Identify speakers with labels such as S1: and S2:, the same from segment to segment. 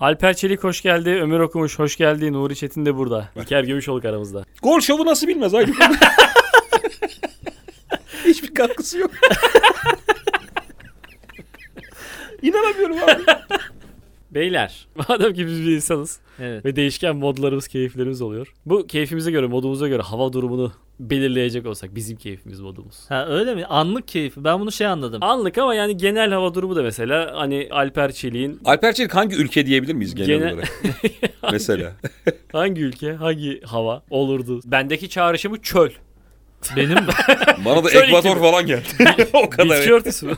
S1: Alper Çelik hoş geldi, Ömür Okumuş hoş geldi, Nuri Çetin de burada. İlker Gümüşoluk aramızda.
S2: Gol şovu nasıl bilmez aynı Hiçbir katkısı yok. İnanamıyorum abi.
S1: Beyler, madem ki biz bir insanız
S3: Evet.
S1: ve değişken modlarımız, keyiflerimiz oluyor. Bu keyfimize göre, modumuza göre hava durumunu belirleyecek olsak bizim keyfimiz, modumuz.
S3: Ha öyle mi? Anlık keyfi. Ben bunu şey anladım.
S1: Anlık ama yani genel hava durumu da mesela hani Alper Çelik'in
S2: Alper Çelik hangi ülke diyebilir miyiz genel,
S1: Genel-
S2: olarak? Mesela.
S1: hangi ülke, hangi hava olurdu? Bendeki çağrışımı çöl.
S3: Benim
S2: Bana da
S1: Çöl
S2: Ekvator
S1: iklimi.
S2: falan geldi. o kadar.
S1: Bitki örtüsü mü?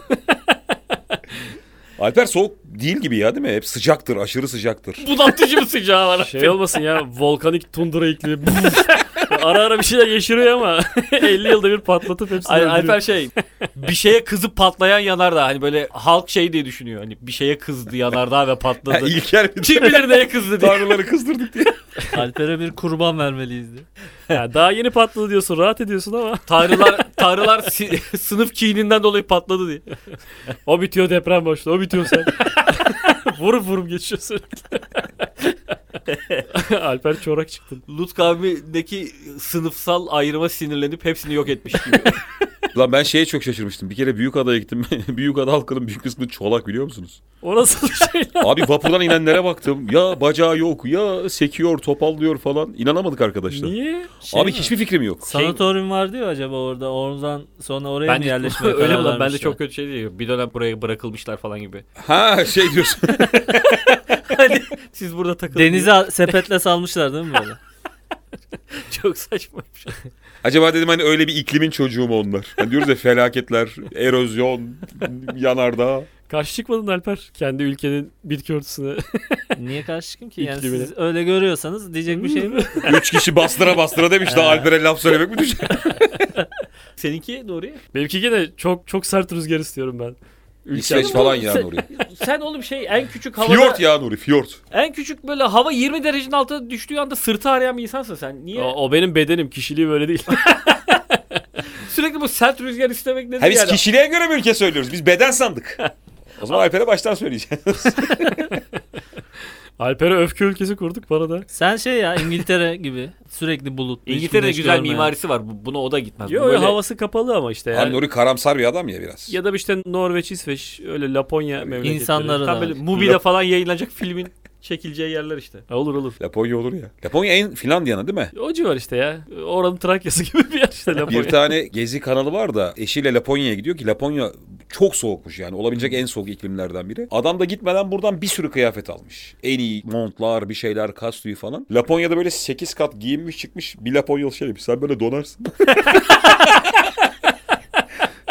S2: Alper soğuk değil gibi ya değil mi? Hep sıcaktır, aşırı sıcaktır.
S3: budatıcı mı sıcağı var?
S1: Şey olmasın ya volkanik tundra iklimi. ara ara bir şeyler yeşeriyor ama 50 yılda bir patlatıp hepsini
S3: Al-
S1: öldürüyor.
S3: Alper şey bir şeye kızıp patlayan yanardağ hani böyle halk şey diye düşünüyor hani bir şeye kızdı yanardağ ve
S2: Ha,
S3: patladı.
S2: İlker bir
S3: Kim bilir neye kızdı diye.
S2: tanrıları kızdırdık diye.
S3: Alper'e bir kurban vermeliyiz diye.
S1: Ya daha yeni patladı diyorsun rahat ediyorsun ama
S3: Tanrılar, tanrılar si- sınıf kininden dolayı patladı diye.
S1: o bitiyor deprem başladı o bitiyor sen. vurup vurup geçiyorsun. Alper çorak çıktın.
S3: Lut kavmindeki sınıfsal ayrıma sinirlenip hepsini yok etmiş gibi.
S2: Lan ben şeye çok şaşırmıştım. Bir kere Büyükada'ya gittim. Büyükada halkının büyük kısmı çolak biliyor musunuz?
S1: Orası şey lan.
S2: Abi vapurdan inenlere baktım. Ya bacağı yok, ya sekiyor, topallıyor falan. İnanamadık arkadaşlar.
S1: Niye? Şey
S2: Abi hiçbir fikrim yok.
S3: Sanatoryum var diyor acaba orada. Oradan sonra oraya
S1: Bence-
S3: yerleşmeye
S1: Öyle
S3: karar
S1: mi lan?
S3: vermişler?
S1: Ben de çok
S3: kötü şey diyor. Bir dönem buraya bırakılmışlar falan gibi.
S2: Ha şey diyorsun.
S3: Siz burada takılın. Denize a- sepetle salmışlar değil mi böyle?
S1: Çok saçma. şey.
S2: Acaba dedim hani öyle bir iklimin çocuğu mu onlar? Hani diyoruz ya felaketler, erozyon, yanardağ.
S1: Karşı çıkmadın Alper. Kendi ülkenin bitki örtüsüne.
S3: Niye karşı çıkayım ki? Yani
S1: İklimine.
S3: siz öyle görüyorsanız diyecek bir şey mi?
S2: Üç kişi bastıra bastıra demiş daha Alper'e laf söylemek mi düşer?
S3: Seninki doğru ya.
S1: Benimki gene çok çok sert rüzgar istiyorum ben.
S2: İsveç falan ya
S3: Sen-
S2: Nuri.
S3: Sen oğlum şey en küçük havada
S2: Fiyort ya Nuri, fiyort.
S3: en küçük böyle hava 20 derecenin altına düştüğü anda sırtı arayan bir insansın sen. Niye?
S1: O, o benim bedenim kişiliğim öyle değil.
S3: Sürekli bu sert rüzgar istemek nedir
S2: Ha Hani biz
S3: yani?
S2: kişiliğe göre bir ülke söylüyoruz. Biz beden sandık. O zaman Alper'e baştan söyleyeceğiz.
S1: Alper'e öfke ülkesi kurduk bana da.
S4: Sen şey ya İngiltere gibi sürekli bulut.
S3: İngiltere'de
S4: hiç güneş
S3: güzel
S4: görmeyen.
S3: mimarisi var. Bu- Buna o da gitmez. Bu
S1: Yo, yo,
S3: böyle
S1: havası kapalı ama işte
S2: Abi
S1: yani.
S2: Nuri karamsar bir adam ya biraz.
S1: Ya da işte Norveç, İsveç öyle Laponya memleketleri.
S4: İnsanları
S1: Tam
S4: da
S1: böyle-
S3: böyle Mubi'de falan yayınlanacak filmin çekileceği yerler işte.
S1: Ha, Olur olur.
S2: Laponya olur ya. Laponya en Finlandiya'nın değil mi?
S1: O civar işte ya. Oranın Trakya'sı gibi bir yer işte
S2: Bir
S1: Laponya.
S2: tane gezi kanalı var da eşiyle Laponya'ya gidiyor ki Laponya çok soğukmuş yani olabilecek en soğuk iklimlerden biri. Adam da gitmeden buradan bir sürü kıyafet almış. En iyi montlar bir şeyler kastuyu falan. Laponya'da böyle 8 kat giyinmiş çıkmış bir Laponyalı şey demiş sen böyle donarsın.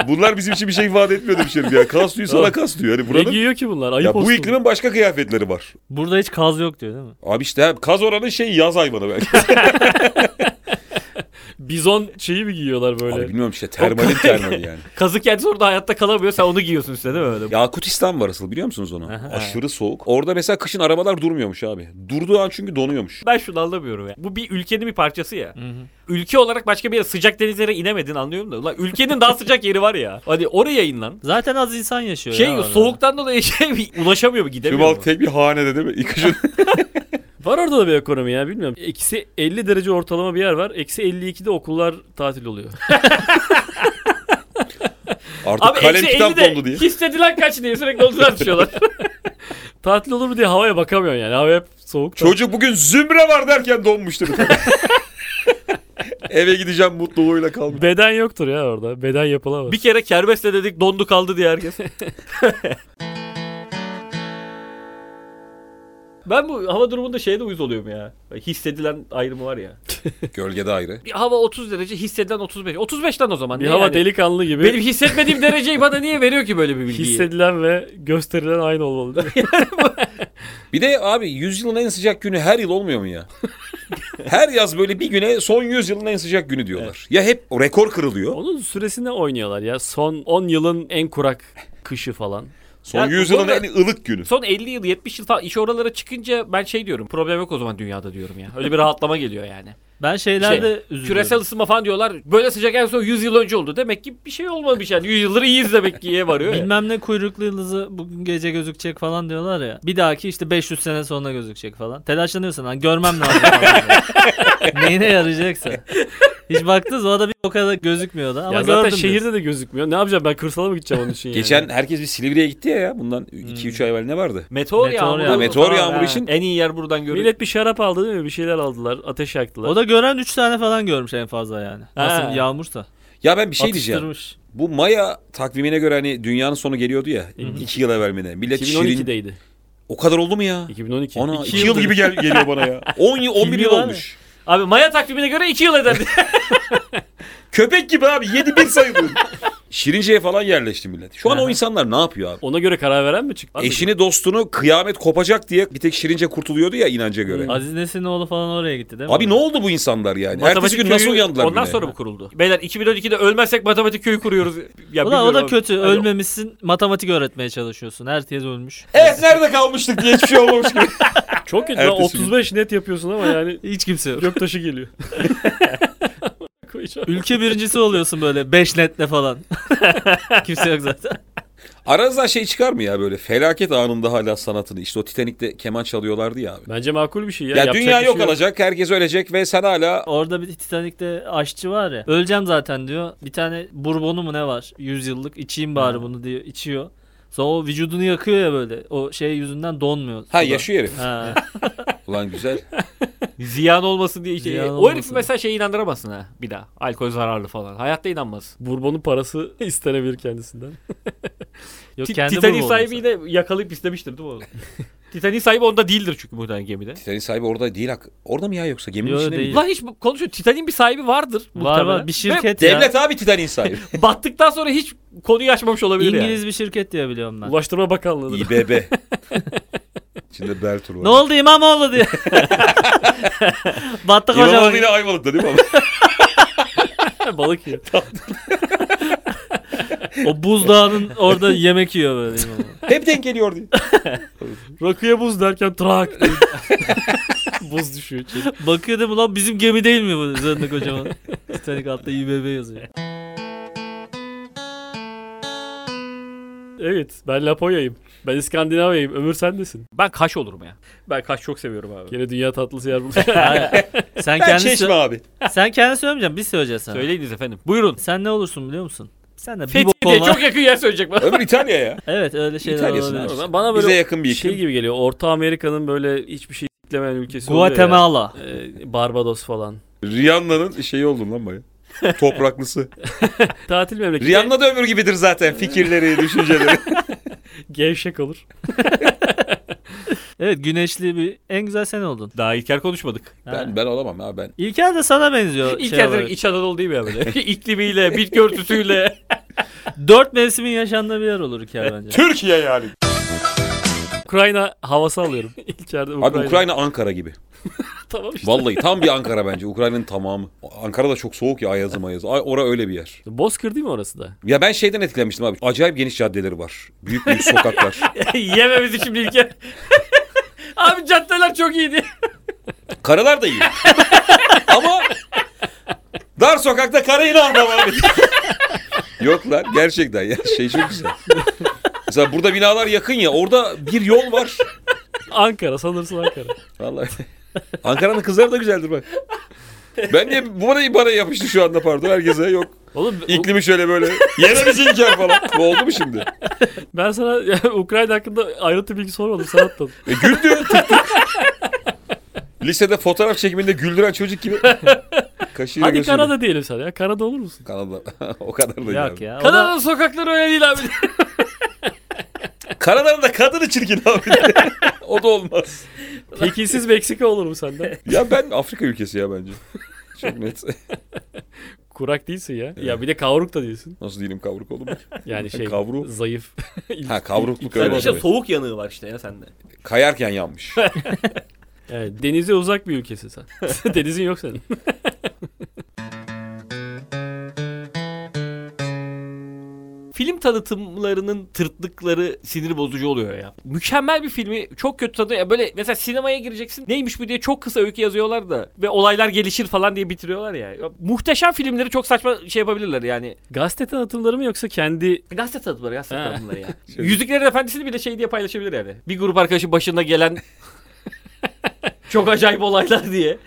S2: Bunlar bizim için bir şey ifade etmiyor demiş herif ya. Kastuyu sana kastuyu. Hani
S1: ne
S2: buranın
S1: giyiyor ki bunlar? Ayıp
S2: ya bu
S1: olsun.
S2: iklimin başka kıyafetleri var.
S4: Burada hiç kaz yok diyor değil mi?
S2: Abi işte hem kaz oranın şeyi yaz hayvanı belki.
S1: Bizon şeyi mi giyiyorlar böyle?
S2: Abi bilmiyorum işte termalin termali yani.
S3: Kazık kendisi orada hayatta kalamıyor. Sen onu giyiyorsun üstüne değil mi öyle?
S2: Yakutistan var asıl biliyor musunuz onu? Aşırı soğuk. Orada mesela kışın arabalar durmuyormuş abi. Durduğu an çünkü donuyormuş.
S3: Ben şunu anlamıyorum ya. Bu bir ülkenin bir parçası ya. Ülke olarak başka bir yere sıcak denizlere inemedin anlıyorum da. Ulan ülkenin daha sıcak yeri var ya. Hadi oraya in lan.
S4: Zaten az insan yaşıyor.
S3: Şey
S4: ya orada.
S3: soğuktan dolayı şey ulaşamıyor mu
S2: Tüm
S3: gidemiyor mu?
S2: halk tek bir hanede değil mi? İlk kışın-
S1: Var orada da bir ekonomi ya bilmiyorum. Eksi 50 derece ortalama bir yer var. Eksi 52'de okullar tatil oluyor.
S2: Artık
S3: Abi
S2: kalem
S3: eksi
S2: kitap
S3: 50 de
S2: dondu diye.
S3: hissedilen kaç diye sürekli onu tartışıyorlar.
S1: tatil olur mu diye havaya bakamıyorsun yani. Hava hep soğuk.
S2: Çocuk bugün zümre var derken donmuştur. Eve gideceğim mutluluğuyla kalmış.
S1: Beden yoktur ya orada. Beden yapılamaz.
S3: bir kere kermesle dedik dondu kaldı diye herkes. Ben bu hava durumunda şeyde uyuz oluyorum ya. Hissedilen ayrımı var ya.
S2: Gölgede ayrı.
S3: Bir hava 30 derece, hissedilen 35. 35 lan o zaman.
S1: Bir
S3: ne
S1: hava
S3: yani?
S1: delikanlı gibi.
S3: Benim hissetmediğim dereceyi bana niye veriyor ki böyle bir bilgiyi?
S1: Hissedilen ve gösterilen aynı olmalı. değil mi?
S2: Bir de abi yüzyılın en sıcak günü her yıl olmuyor mu ya? her yaz böyle bir güne son yüzyılın en sıcak günü diyorlar. Ya hep o rekor kırılıyor.
S1: Onun süresine oynuyorlar ya. Son 10 yılın en kurak kışı falan.
S2: Son
S3: Ya
S2: yüzyılın
S3: sonra-
S2: en ılık günü.
S3: Son 50 yıl 70 yıl falan iş oralara çıkınca ben şey diyorum problem yok o zaman dünyada diyorum ya. Öyle bir rahatlama geliyor yani.
S4: Ben şeylerde
S3: Şey,
S4: üzülüyorum.
S3: Küresel ısınma falan diyorlar. Böyle sıcak en son 100 yıl önce oldu. Demek ki bir şey olmamış yani. 100 yıldır iyiyiz demek ki'ye varıyor ya.
S4: Bilmem ne kuyruklu yıldızı bugün gece gözükecek falan diyorlar ya. Bir dahaki işte 500 sene sonra gözükecek falan. Telaşlanıyorsun lan görmem lazım falan. diyor. Neyine yarayacaksa. Hiç baktınız o da bir o kadar gözükmüyordu ama
S1: ya
S4: gördüm.
S1: zaten
S4: diyor.
S1: şehirde de gözükmüyor. Ne yapacağım ben kırsala mı gideceğim onun için yani?
S2: Geçen herkes bir Silivri'ye gitti ya ya. Bundan 2-3 ay evvel ne vardı?
S3: Meteor,
S4: Meteor
S3: yağmuru.
S4: yağmuru.
S2: Ha, meteor
S3: falan.
S2: yağmuru
S3: Ha.
S2: için-
S3: En iyi yer buradan görülüyor.
S1: Millet bir şarap aldı değil mi? Bir şeyler aldılar. Ateş yaktılar.
S4: O da gören 3 tane falan görmüş en fazla yani.
S3: Ha.
S4: Nasıl yağmursa.
S2: Ya ben bir şey diyeceğim.
S4: Atıştırmış.
S2: Bu Maya takvimine göre hani dünyanın sonu geliyordu ya. 2 yıl evvel mi ne? Millet şirin.
S1: 2012'deydi.
S2: O kadar oldu mu ya?
S1: 2012.
S2: Ona
S1: İki
S2: 2 yıl gibi gel geliyor bana ya. 10 yıl 11
S4: Filmi
S2: yıl
S4: var
S2: olmuş.
S3: Abi Maya takvimine göre 2 yıl eder.
S2: Köpek gibi abi 7 bir sayılıyor. Şirince'ye falan yerleşti millet. Şu an o insanlar ne yapıyor abi?
S1: Ona göre karar veren mi çıktı?
S2: Eşini dostunu kıyamet kopacak diye bir tek Şirince kurtuluyordu ya inanca göre.
S4: Aziz Nesinoğlu falan oraya gitti değil mi?
S2: Abi ne oldu bu insanlar yani? Ertesi
S3: Matematik
S2: gün nasıl
S3: köyü
S2: uyandılar
S3: Ondan
S2: güne?
S3: sonra mı kuruldu? Beyler 2012'de ölmezsek matematik köyü kuruyoruz. Ya
S4: O da, o
S3: bilmiyorum
S4: da
S3: abi.
S4: kötü.
S3: Hani
S4: Ölmemişsin. Matematik öğretmeye çalışıyorsun. Herkes ölmüş.
S2: Evet nerede kalmıştık diye hiçbir şey olmamış gibi.
S1: Çok kötü. lan.
S2: Ertesi gün.
S1: 35 net yapıyorsun ama yani
S4: Hiç kimse yok.
S1: göktaşı geliyor. Koyacağım.
S4: Ülke birincisi oluyorsun böyle 5 netle falan. kimse yok zaten.
S2: Aranızdan şey çıkar mı ya böyle felaket anında hala sanatını işte o Titanik'te keman çalıyorlardı ya abi.
S1: Bence makul bir şey ya.
S2: Ya,
S1: Yapacak
S2: dünya
S1: bir
S2: yok
S1: şey
S2: alacak herkes ölecek ve sen hala
S4: Orada bir Titanik'te aşçı var ya. Öleceğim zaten diyor. Bir tane bourbonu mu ne var? 100 yıllık. içeyim bari bunu diyor. içiyor. Sonra o vücudunu yakıyor ya böyle. O şey yüzünden donmuyor.
S2: ha
S4: suda.
S2: yaşıyor herif.
S4: Ha.
S2: Ulan güzel.
S3: Ziyan olmasın diye. Işte.
S4: Ziyan
S3: o
S4: olmasın.
S3: herif mesela şey inandıramazsın ha bir daha. Alkol zararlı falan. Hayatta inanmaz.
S1: Bourbon'un parası istenebilir kendisinden.
S4: Yok
S3: Ti-
S4: kendi
S3: Titanik
S4: bourbonu
S3: sahibi de yakalayıp istemiştir değil mi onu? Titanik sahibi onda değildir çünkü muhtemelen gemide.
S2: Titanik sahibi orada değil hak. Orada mı ya yoksa geminin
S4: Yo,
S2: içinde mi?
S4: değil.
S3: Lan hiç bu- konuşuyor. Titanik'in bir sahibi vardır
S4: zaten. Var
S3: muhtemelen.
S4: var bir şirket ya.
S2: Devlet abi Titanik sahibi.
S3: Ve battıktan sonra hiç konuyu açmamış olabilir
S4: İngiliz
S3: yani.
S4: bir şirket diye biliyorum ben.
S1: Ulaştırma Bakanlığı.
S2: İBB. İçinde Bertur var.
S4: Ne oldu İmamoğlu diye. Battık hocam.
S2: İmamoğlu yine Ayvalık'ta değil mi? abi?
S1: Balık yiyor.
S4: O buzdağının orada yemek yiyor böyle İmamoğlu.
S2: Hep denk geliyor diye.
S1: Rakıya buz derken trak. diye buz düşüyor. içeri.
S4: Bakıyor değil mi lan bizim gemi değil mi bu üzerinde kocaman. Titanic altta İBB yazıyor.
S1: Evet ben Laponya'yım. Ben İskandinavya'yım. Ömür sendesin.
S3: Ben kaş olurum ya. Ben kaş çok seviyorum abi.
S1: Gene dünya tatlısı yer bulacak.
S4: Hayır. Sen
S2: Ben
S4: kendi
S2: çeşme
S4: sö-
S2: abi.
S4: sen kendi söylemeyeceksin biz söyleyeceğiz sana.
S3: Söyleyiniz efendim. Buyurun.
S4: Sen ne olursun biliyor musun? Sen de bir
S3: Fethi
S4: bok
S3: diye
S4: olma.
S3: E, çok yakın yer söyleyecek bana.
S2: Öbür İtalya ya.
S4: Evet öyle şeyler
S2: İtalya'sın
S4: olabilir.
S2: abi.
S1: Bana
S2: Bize
S1: böyle
S2: yakın bir iklim.
S1: şey gibi geliyor. Orta Amerika'nın böyle hiçbir şey iklemeyen ülkesi oluyor
S4: Guatemala.
S1: ya. Ee, Barbados falan.
S2: Rihanna'nın şeyi oldun lan baya. Topraklısı.
S1: Tatil memleketi.
S2: Rihanna da ömür gibidir zaten fikirleri, düşünceleri.
S1: Gevşek olur.
S4: Evet güneşli bir en güzel sen oldun.
S3: Daha İlker konuşmadık.
S4: Ha.
S2: ben ben olamam abi ben.
S4: İlker de sana benziyor.
S3: İlker
S4: şey
S3: direkt
S4: olarak.
S3: İç Anadolu değil mi ya böyle? İklimiyle, bitki örtüsüyle.
S4: Dört mevsimin yaşandığı bir yer olur İlker bence.
S2: Türkiye yani.
S1: Ukrayna havası alıyorum. İlker'de Ukrayna.
S2: Abi Ukrayna Ankara gibi.
S1: Tamam işte.
S2: Vallahi tam bir Ankara bence. Ukrayna'nın tamamı. Ankara da çok soğuk ya ayazı mayazı. Ay, ora öyle bir yer.
S1: Bozkır değil mi orası da?
S2: Ya ben şeyden etkilenmiştim abi. Acayip geniş caddeleri var. Büyük büyük sokaklar.
S3: Yememizi şimdi İlker. abi caddeler çok iyiydi.
S2: Karalar da iyi. Ama dar sokakta karayı ne anlamam. Yok lan gerçekten ya şey çok güzel. Mesela burada binalar yakın ya orada bir yol var.
S1: Ankara sanırsın Ankara.
S2: Vallahi. Ankara'nın kızları da güzeldir bak. Ben niye bu bana, bana yapıştı şu anda pardon herkese yok.
S1: Oğlum
S2: İklimi şöyle böyle. Yere bir zinkar falan. Bu oldu mu şimdi?
S1: ben sana Ukrayna hakkında ayrıntı bilgi sormadım. Sen atladın.
S2: E güldü. tık tık. Lisede fotoğraf çekiminde güldüren çocuk gibi. Kaşıyla
S1: Hadi
S2: gözüyle.
S1: Kanada diyelim sana ya. Kanada olur musun?
S2: Kanada. o kadar da
S4: Yok
S2: yani.
S4: ya. o da-
S3: Kanada'nın sokakları öyle değil abi.
S2: Kanada'nın da kadını çirkin abi. o da olmaz.
S1: Tekinsiz Meksika olur mu senden?
S2: Ya ben Afrika ülkesi ya bence. Çok net.
S1: Kurak değilsin ya. Ya bir de kavruk da değilsin.
S2: Nasıl diyelim kavruk oğlum?
S1: Yani şey
S2: Kavruk.
S1: zayıf. İl-
S2: Ha kavrukluk
S1: Sen
S2: öyle.
S1: işte
S2: evet.
S3: soğuk yanığı var işte ya sende.
S2: Kayarken yanmış.
S1: Evet, denize uzak bir ülkesin sen. Denizin yok senin.
S3: film tanıtımlarının tırtlıkları sinir bozucu oluyor ya. Mükemmel bir filmi çok kötü tadı ya böyle mesela sinemaya gireceksin neymiş bu diye çok kısa öykü yazıyorlar da ve olaylar gelişir falan diye bitiriyorlar ya. ya muhteşem filmleri çok saçma şey yapabilirler yani.
S1: Gazete tanıtımları mı yoksa kendi
S3: Gazete tanıtımları gazete
S1: Ha.
S3: tanıtımları ya.
S4: Şey-
S3: Yüzüklerin Efendisi'ni bile şey diye paylaşabilir yani. Bir grup arkadaşı başına gelen çok acayip olaylar diye.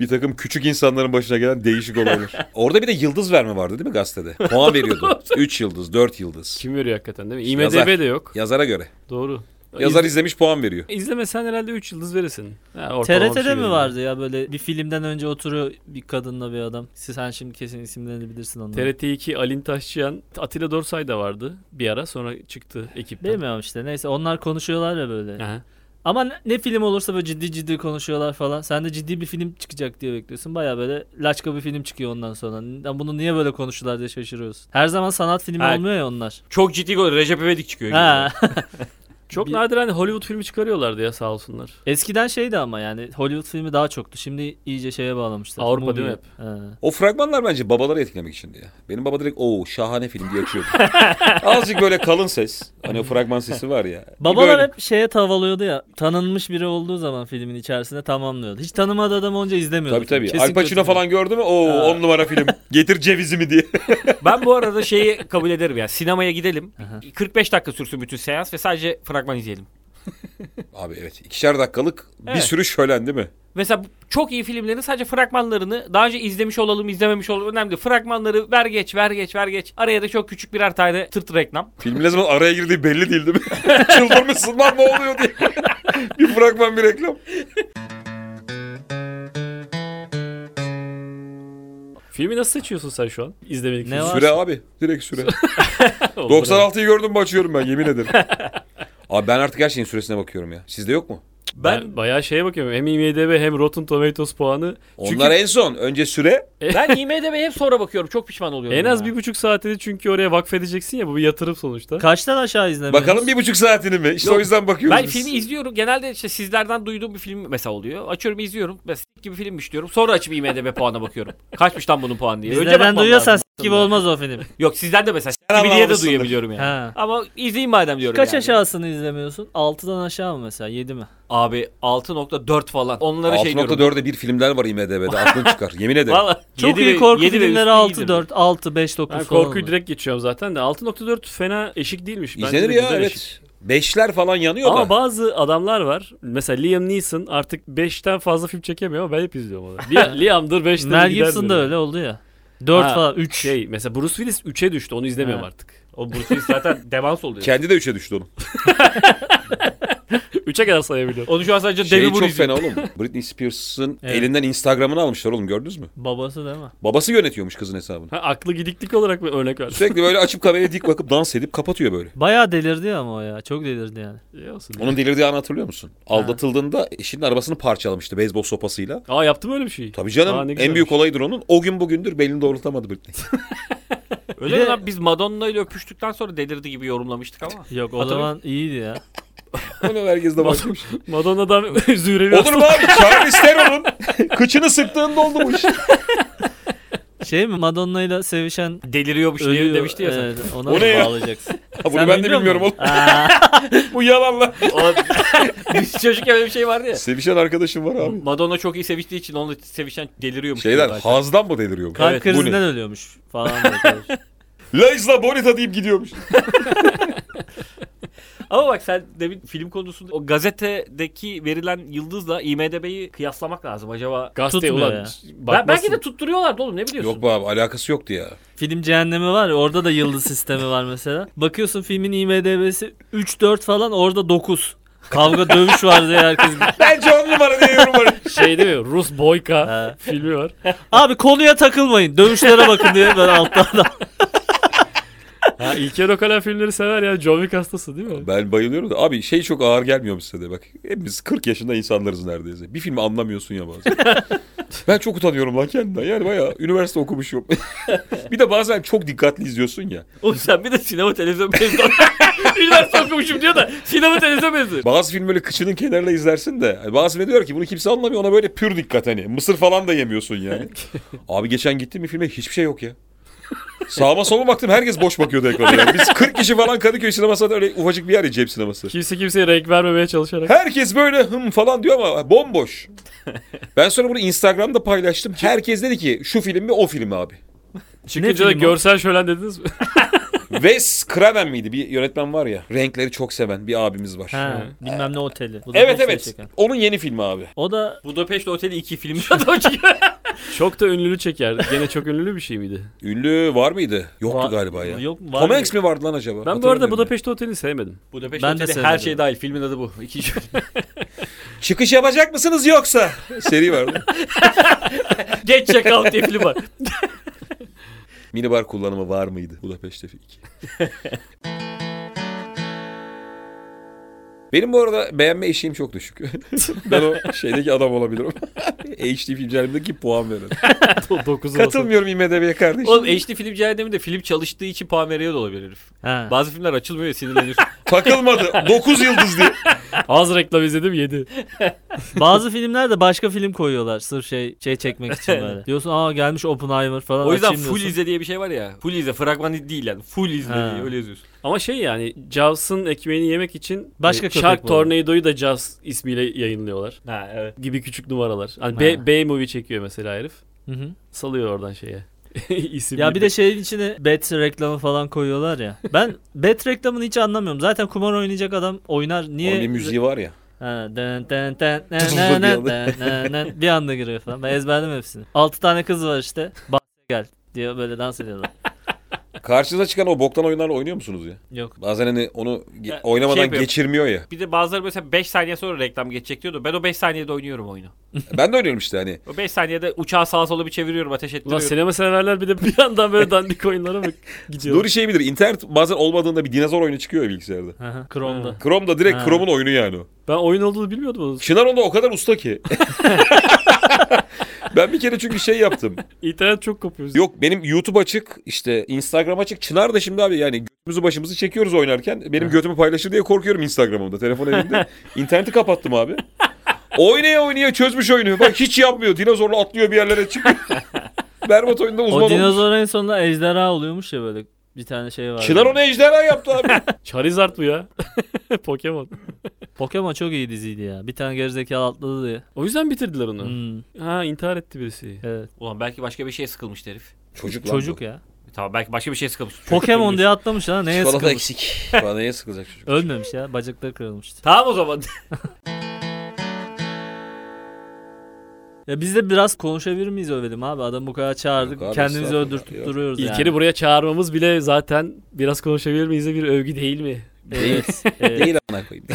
S2: Bir takım küçük insanların başına gelen değişik olaylar. Orada bir de yıldız verme vardı değil mi gazetede? Puan veriyordu. 3 yıldız, 4 yıldız.
S1: kim veriyor hakikaten değil mi?
S2: Yazar.
S1: IMDB de yok.
S2: Yazara göre.
S1: Doğru.
S2: Yazar izlemiş puan veriyor.
S1: İz- izlemesen herhalde 3 yıldız verirsin. Ha, ortalama bir şey
S4: TRT'de mi
S1: verirsin.
S4: vardı ya böyle bir filmden önce oturuyor bir kadınla bir adam. Siz- Sen şimdi kesin isimlerini bilirsin onları.
S1: TRT 2 Alin Taşçıyan, Atilla Dorsay da vardı bir ara sonra çıktı ekipten.
S4: Bilmiyorum işte neyse onlar konuşuyorlar ya böyle.
S1: Aha.
S4: Ama ne, ne film olursa böyle ciddi ciddi konuşuyorlar falan. Sen de ciddi bir film çıkacak diye bekliyorsun. Baya böyle laçka bir film çıkıyor ondan sonra. Ya Bunu niye böyle konuştular diye şaşırıyorsun. Her zaman sanat filmi
S3: Ha.
S4: olmuyor ya onlar.
S3: Çok ciddi gol Recep İvedik çıkıyor.
S4: Ha.
S1: Çok
S4: Bir-
S1: nadiren hani Hollywood filmi çıkarıyorlardı ya sağ olsunlar.
S4: Eskiden şeydi ama yani Hollywood filmi daha çoktu. Şimdi iyice şeye bağlamışlar.
S1: Avrupa
S4: Movie.
S1: değil mi
S4: Ha.
S2: O fragmanlar bence babaları etkilemek için diye. Benim baba direkt o şahane film diye açıyordu. Azıcık böyle kalın ses. Hani o fragman sesi var ya. Bir
S4: Babalar
S2: böyle-
S4: hep şeye tavalıyordu ya. Tanınmış biri olduğu zaman filmin içerisinde tamamlıyordu. Hiç tanımadığı adam onca izlemiyordu.
S2: Tabii tabii.
S4: Kesin
S2: Al Pacino
S4: kötü.
S2: falan gördü mü? Oo
S4: Ha.
S2: on numara film. Getir cevizimi diye.
S3: Ben bu arada şeyi kabul ederim ya. Sinemaya gidelim.
S4: Aha.
S3: 45 dakika sürsün bütün seans ve sadece fragman izleyelim.
S2: Abi evet. ikişer dakikalık bir
S3: Evet.
S2: sürü şölen değil mi?
S3: Mesela bu- çok iyi filmlerin sadece fragmanlarını daha önce izlemiş olalım izlememiş olalım önemli. değil. Fragmanları ver geç ver geç ver geç. Araya da çok küçük birer tane tırt reklam.
S2: Filmin ne zaman araya girdiği belli değil değil mi? Çıldırmışsın lan ne oluyor diye. bir fragman bir reklam.
S1: Filmi nasıl seçiyorsun sen şu an? İzlemedik.
S4: Ne var?
S2: Süre abi. Direkt süre.
S1: Bravo.
S2: 96'yı gördüm mü açıyorum ben yemin ederim. Abi ben artık her şeyin süresine bakıyorum ya. Sizde yok mu?
S1: Ben,
S3: Ben
S1: bayağı şeye bakıyorum. Hem IMDB hem Rotten Tomatoes puanı. Çünkü
S2: Onlar en son. Önce süre.
S3: ben IMDb'ye hep sonra bakıyorum. Çok pişman oluyorum.
S1: en az
S3: ya.
S1: bir buçuk saatini çünkü oraya vakfedeceksin ya bu bir yatırım sonuçta.
S4: Kaçtan aşağı izlemiyoruz?
S2: Bakalım bir buçuk saatini mi? İşte o yüzden bakıyoruz
S3: ben
S2: biz.
S3: filmi izliyorum. Genelde işte sizlerden duyduğum bir film mesela oluyor. Açıyorum izliyorum. Mesela s**k gibi filmmiş diyorum. Sonra açıp IMDb puana bakıyorum. Kaçmış lan bunun puanı diye. Önce
S4: Bizlerden
S3: bakmam
S4: duyuyorsan
S3: lazım.
S4: s- gibi olmaz o film.
S3: Yok sizden de mesela s**k gibi diye de
S2: anlamışsındır.
S3: duyabiliyorum yani.
S4: Ha.
S3: Ama izleyeyim madem diyorum
S4: Kaç
S3: yani.
S4: aşağısını izlemiyorsun? 6'dan aşağı mı mesela? 7 mi?
S3: Abi 6.4 falan. Onlara şey diyorum.
S2: 6.4'e bir filmler var IMDB'de. Aklın çıkar. Yemin ederim.
S3: Valla.
S4: Çok
S3: yedi
S4: iyi
S3: ve-
S4: korku
S3: yedi ve
S4: filmleri
S3: üstü
S4: 6,
S3: iyidir.
S4: 4, 6, 5, 9
S1: Ben
S4: falan.
S1: korkuyu direkt geçiyorum zaten de. 6.4 fena eşik değilmiş. Bence
S2: İzlenir
S1: de
S2: ya
S1: güzel
S2: evet.
S1: eşik.
S3: şey.
S2: Beşler falan yanıyor
S1: Ama
S2: da.
S1: bazı adamlar var. Mesela Liam Neeson artık 5'ten fazla film çekemiyor ama ben hep izliyorum onu. Li- Liam'dır 5'ten
S4: Mel Gibson da öyle oldu ya. 4
S1: Ha,
S4: falan 3.
S1: Şey mesela Bruce Willis 3'e düştü onu izlemiyorum
S4: Ha.
S1: artık.
S3: O Bruce Willis zaten demans oluyor.
S2: Kendi de üçe düştü onun.
S1: 3'e kadar sayabiliyorum.
S3: Onu şu an sadece
S2: Şey
S3: Devi
S2: çok
S3: Burcu.
S2: fena oğlum. Britney Spears'ın
S4: Evet.
S2: elinden Instagram'ını almışlar oğlum gördünüz mü?
S4: Babası değil mi?
S2: Babası yönetiyormuş kızın hesabını.
S1: Ha, aklı gidiklik olarak mı örnek ver?
S2: Sürekli böyle açıp kameraya dik bakıp dans edip kapatıyor böyle.
S4: Bayağı delirdi ya ama o ya. Çok delirdi yani.
S1: İyi olsun.
S2: Onun delirdiği anı hatırlıyor musun? Aldatıldığında eşinin arabasını parçalamıştı beyzbol sopasıyla.
S1: Aa yaptım öyle bir şey.
S2: Tabii canım
S1: Aa, ne
S2: en
S1: güzelmiş.
S2: büyük olaydır onun. O gün bugündür belini doğrultamadı Britney.
S3: Öyle
S4: Bir
S3: mi
S4: de-
S3: lan? Biz Madonna ile öpüştükten sonra delirdi gibi yorumlamıştık ama.
S4: Yok o
S1: Hatırlıyor
S4: zaman iyiydi ya.
S2: Onu herkes de bakmış.
S1: Madonna'dan Zührevi
S2: Olur mu abi? Charles Theron'un kıçını sıktığında oldu bu iş.
S4: Şey mi Madonna ile sevişen
S3: Deliriyormuş diye
S4: ölüyor.
S3: Şey demişti ya sen.
S4: evet, ona
S2: O
S4: mı
S2: ne ya?
S4: bağlayacaksın?
S2: Ha, bunu
S4: Sen
S2: ben de
S4: biliyor
S2: bilmiyorum oğlum.
S4: musun? Aa,
S2: bu yalanla.
S3: O- Biz çocukken öyle bir şey vardı ya.
S2: Sevişen arkadaşım var abi.
S3: Madonna çok iyi seviştiği için onunla sevişen deliriyormuş.
S2: Şeyden
S3: zaten.
S2: hazdan mı deliriyor? bu?
S4: kalp
S3: Evet, bu
S2: ne?
S4: krizinden ölüyormuş falan. diyor.
S2: Laisla Bonita deyip gidiyormuş.
S3: Ama bak sen demin film konusunda o gazetedeki verilen yıldızla IMDB'yi kıyaslamak lazım acaba.
S1: Gazete
S4: Tutmuyor
S1: ulan.
S4: ya.
S3: Ben,
S1: bakmasın.
S3: belki de tutturuyorlardı oğlum ne biliyorsun?
S2: Yok be abi alakası yoktu ya.
S4: Film cehennemi var ya orada da yıldız sistemi var mesela. Bakıyorsun filmin IMDB'si 3-4 falan orada 9. Kavga dövüş vardı ya herkes.
S2: Bence on numara diye yorum var.
S1: şey değil mi? Rus Boyka
S4: Ha.
S1: filmi var.
S4: Abi konuya takılmayın. Dövüşlere bakın diye böyle alttan da.
S1: Ha, İlker Okalan filmleri sever ya. John Wick hastası değil mi?
S2: Ben bayılıyorum da abi şey çok ağır gelmiyor mu size de bak. Hepimiz 40 yaşında insanlarız neredeyse. Bir filmi anlamıyorsun ya bazen. ben çok utanıyorum lan kendimden. Yani bayağı üniversite okumuşum. bir de bazen çok dikkatli izliyorsun ya.
S3: Oğlum sen bir de sinema televizyon mezunu. Üniversite okumuşum diyor da sinema televizyon mezunu.
S2: Bazı film böyle kıçının kenarıyla izlersin de. hani Bazı film diyor ki bunu kimse anlamıyor ona böyle pür dikkat hani. Mısır falan da yemiyorsun yani. abi geçen gittim bir filme hiçbir şey yok ya. Sağıma soluma baktım herkes boş bakıyordu ekrana. Yani. Biz 40 kişi falan Kadıköy sineması öyle ufacık bir yer ya cep sineması.
S1: Kimse kimseye renk vermemeye çalışarak.
S2: Herkes böyle hım falan diyor ama bomboş. Ben sonra bunu Instagram'da paylaştım. Herkes dedi ki şu film mi o film mi abi.
S1: Çıkınca da
S4: film o?
S1: görsel şölen dediniz mi?
S2: Wes Craven miydi? Bir yönetmen var ya. Renkleri çok seven bir abimiz var.
S4: Ha, bilmem ne oteli. Bu da
S2: Evet
S4: Bursa'ya
S2: evet.
S4: çeken.
S2: Onun yeni filmi abi.
S4: O da
S3: Budapest Oteli 2 filmi adam çıkıyor.
S1: çok da ünlülü çeker. Gene çok ünlülü bir şey miydi?
S2: Ünlü var mıydı? Yoktu
S4: Va-
S2: galiba ya.
S4: Yok, var
S2: Tom
S4: mı?
S2: Hanks mi vardı lan acaba?
S1: Ben bu arada
S2: Hatırlamıyorum
S1: Budapest Oteli'ni sevmedim.
S3: Budapest
S4: Ben de
S3: Oteli her
S4: sevmedim.
S3: şey dahil. Filmin adı bu. İkinci
S2: ya. Çıkış yapacak mısınız yoksa? Seri vardı.
S3: Geç Check diye film var.
S2: Minibar kullanımı var mıydı? Budapest'te 2. Benim bu arada beğenme eşiğim çok düşük. ben o şeydeki adam olabilirim. HD filmlerimdeki puan veren.
S1: 9'u
S2: Katılmıyorum IMDB'ye kardeşim.
S3: Oğlum HD film cehenneminde film çalıştığı için puan veriyor da olabilir herif.
S4: Ha.
S3: Bazı filmler açılmıyor ya sinirlenir.
S2: Takılmadı. 9 yıldız diye.
S1: Az reklam izledim 7.
S4: Bazı filmlerde başka film koyuyorlar sırf şey şey çekmek için böyle. Diyorsun aa gelmiş Oppenheimer falan
S3: o yüzden
S4: açayım
S3: full
S4: diyorsun.
S3: izle diye bir şey var ya. Full izle fragman değil yani. Full izle
S4: Ha.
S3: diye öyle yazıyorsun.
S1: Ama şey yani Jaws'ın ekmeğini yemek için
S4: Başka
S1: e,
S4: köpek
S1: Shark
S4: bu.
S1: Tornado'yu da Jaws ismiyle yayınlıyorlar.
S3: Ha evet.
S1: Gibi küçük numaralar. Hani
S4: Ha.
S1: B, B movie çekiyor mesela herif.
S4: Hı hı.
S1: Salıyor oradan şeye. İsim
S4: Ya bir de şeyin içine bet reklamı falan koyuyorlar ya. Ben bet reklamını hiç anlamıyorum. Zaten kumar oynayacak adam oynar. Niye?
S2: Onun bir müziği var ya.
S4: Ha, den, den, den, den,
S2: Bir
S4: den, den,
S2: anda.
S4: den, den. bir anda giriyor falan. Ben ezberledim hepsini. 6 tane kız var işte. Bak gel diyor böyle dans ediyorlar.
S2: Karşınıza çıkan o boktan oyunlarla oynuyor musunuz ya?
S4: Yok.
S2: Bazen hani onu ge-
S3: Ya, şey
S2: oynamadan
S3: yapıyor.
S2: geçirmiyor ya.
S3: Bir de bazıları mesela 5 saniye sonra reklam geçecek diyordu. Ben o 5 saniyede oynuyorum oyunu.
S2: Ben de oynuyorum işte hani.
S3: O 5 saniyede uçağı sağa sola bir çeviriyorum ateş
S4: şey
S1: Ulan
S3: ettiriyorum.
S1: sinema severler bir de bir yandan böyle dandik oyunlara mı gidiyor?
S2: Nuri şey bilir. internet bazen olmadığında bir dinozor oyunu çıkıyor ya bilgisayarda.
S4: Hı hı, Chrome'da.
S2: Chrome'da direkt
S4: Ha.
S2: Chrome'un oyunu yani o.
S1: Ben oyun olduğunu bilmiyordum. o zaman.
S2: Çınar onda o kadar usta ki. ben bir kere çünkü şey yaptım.
S1: İnternet çok kopuyor.
S2: Yok benim YouTube açık, işte Instagram açık. Çınar da şimdi abi yani götümüzü başımızı çekiyoruz oynarken. Benim götümü paylaşır diye korkuyorum Instagram'ımda, telefon elimde. İnterneti kapattım abi. Oynaya oynaya çözmüş oyunu. Bak hiç yapmıyor. Dinozorla atlıyor bir yerlere çıkıyor. Berbat oyunda uzman
S4: O
S2: olmuş.
S4: dinozor en sonunda ejderha oluyormuş ya böyle. Bir tane şey var.
S2: Çınar onu ejderha yaptı abi.
S1: Charizard bu ya. Pokemon.
S4: Pokemon çok iyi diziydi ya. Bir tane gerizekalı atladı diye.
S1: O yüzden bitirdiler onu.
S4: Hmm,
S1: Ha intihar etti birisi.
S4: evet.
S3: Ulan belki başka bir şeye sıkılmış herif.
S2: Çocuk
S4: Çocuk ya.
S3: Tamam belki başka bir şeye sıkılmış. Çocuk
S4: Pokemon
S3: bilmiyorsun.
S4: diye atlamış ha. Neye
S2: Çikolata
S4: sıkılmış.
S2: eksik. Bana neye sıkılacak çocuk?
S4: Ölmemiş ya. Bacakları kırılmıştı.
S3: Tamam o zaman.
S4: Ya biz de biraz konuşabilir miyiz övelim abi? Adam bu kadar çağırdık.
S2: Yok abi,
S4: kendimizi
S2: estağfurullah.
S4: öldürtüp
S2: Yok.
S4: duruyoruz
S1: İlker'i
S4: yani.
S1: buraya çağırmamız bile zaten biraz konuşabilir miyiz de bir övgü değil mi?
S4: Evet, evet.
S2: Değil amına koyayım.